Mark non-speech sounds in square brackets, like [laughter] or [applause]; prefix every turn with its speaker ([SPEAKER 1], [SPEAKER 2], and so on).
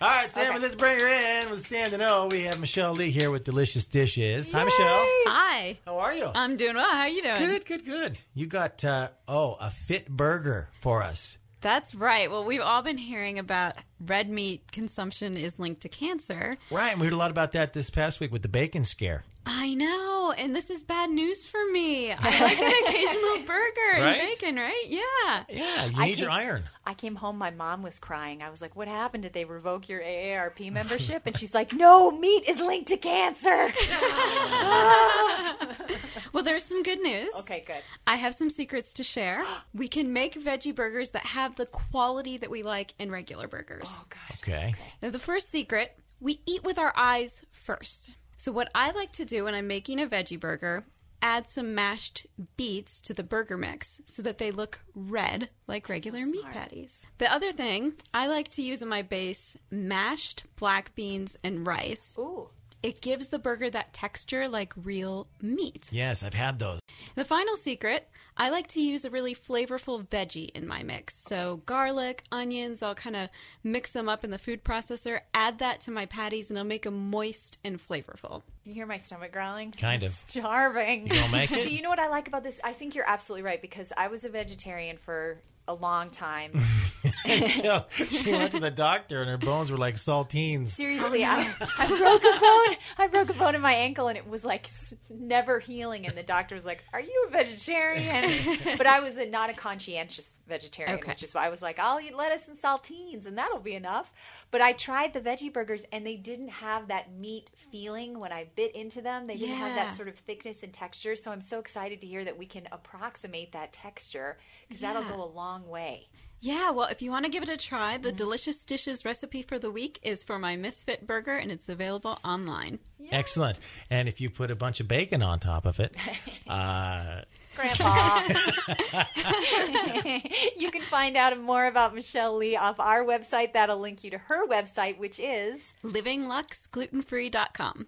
[SPEAKER 1] All right, Sam,
[SPEAKER 2] Okay.
[SPEAKER 1] let's bring her in with Stand and O. We have Michelle Lee here with Delicious Dishes. Hi, Michelle.
[SPEAKER 3] Hi.
[SPEAKER 1] How are you?
[SPEAKER 3] I'm doing well. How are you doing?
[SPEAKER 1] good, good, good. You got, uh, oh, a fit burger for us.
[SPEAKER 3] That's right. Well, we've all been hearing about red meat consumption is linked to cancer.
[SPEAKER 1] Right, and we heard a lot about that this past week with the bacon scare.
[SPEAKER 3] I know, and this is bad news for me. I like an occasional burger
[SPEAKER 1] Right?
[SPEAKER 3] and bacon, right? Yeah.
[SPEAKER 1] Yeah, you
[SPEAKER 2] I
[SPEAKER 1] need your
[SPEAKER 2] can't-
[SPEAKER 1] iron.
[SPEAKER 2] I came home, my mom was crying. I was like, What happened? Did they revoke
[SPEAKER 1] [laughs]
[SPEAKER 2] your AARP membership? And she's like, No, meat is linked
[SPEAKER 1] [laughs]
[SPEAKER 2] to cancer.
[SPEAKER 3] Well, there's some good news.
[SPEAKER 2] okay, good.
[SPEAKER 3] I have some secrets to share. We can make veggie burgers that have the quality that we like in regular burgers.
[SPEAKER 2] Oh, God.
[SPEAKER 1] Okay.
[SPEAKER 3] Now, the first secret we eat with our eyes first. So, what I like to do when I'm making a veggie burger, add some mashed beets to the burger mix so that they look red like regular meat patties. The other thing I like to use in my base mashed black beans and rice.
[SPEAKER 2] Ooh.
[SPEAKER 3] It gives the burger that texture like real meat.
[SPEAKER 1] Yes, I've had those. [laughs]
[SPEAKER 3] The final secret I like to use a really flavorful veggie in my mix. So, garlic, onions, I'll kind of mix them up in the food processor, add that to my patties, and I'll make them moist and flavorful.
[SPEAKER 2] You hear my stomach growling?
[SPEAKER 1] Kind
[SPEAKER 2] I'm
[SPEAKER 1] of.
[SPEAKER 2] Starving.
[SPEAKER 1] You gonna
[SPEAKER 2] [laughs]
[SPEAKER 1] make it?
[SPEAKER 2] See, you know what I like about this? I think you're absolutely right because I was a vegetarian for a long time.
[SPEAKER 1] So she went to the doctor and her bones were like
[SPEAKER 2] [laughs]
[SPEAKER 1] saltines.
[SPEAKER 2] Seriously, I, [laughs] I broke a bone. I broke a bone in my ankle, and it was like s- never healing. And the doctor was like, "Are you a
[SPEAKER 3] [laughs]
[SPEAKER 2] vegetarian?" But I was a, not a conscientious vegetarian,
[SPEAKER 3] Okay.
[SPEAKER 2] which is why I was like, "I'll eat lettuce and saltines, and that'll be enough." But I tried the veggie burgers, and they didn't have that meat feeling when I bit into them. They didn't have
[SPEAKER 3] Yeah.
[SPEAKER 2] that sort of thickness and texture. So I'm so excited to hear that we can approximate that texture because
[SPEAKER 3] Yeah.
[SPEAKER 2] that'll go a long way.
[SPEAKER 3] Yeah, well, if you want to give it a try, the delicious dishes recipe for the week is for my Misfit burger, and it's available online.
[SPEAKER 1] Excellent. And if you put a bunch of bacon on top of it, uh,
[SPEAKER 2] Grandpa. [laughs] you can find out more about Michelle Lee off our website. That'll link you to her website, which is
[SPEAKER 3] LivingLuxGlutenFree.com.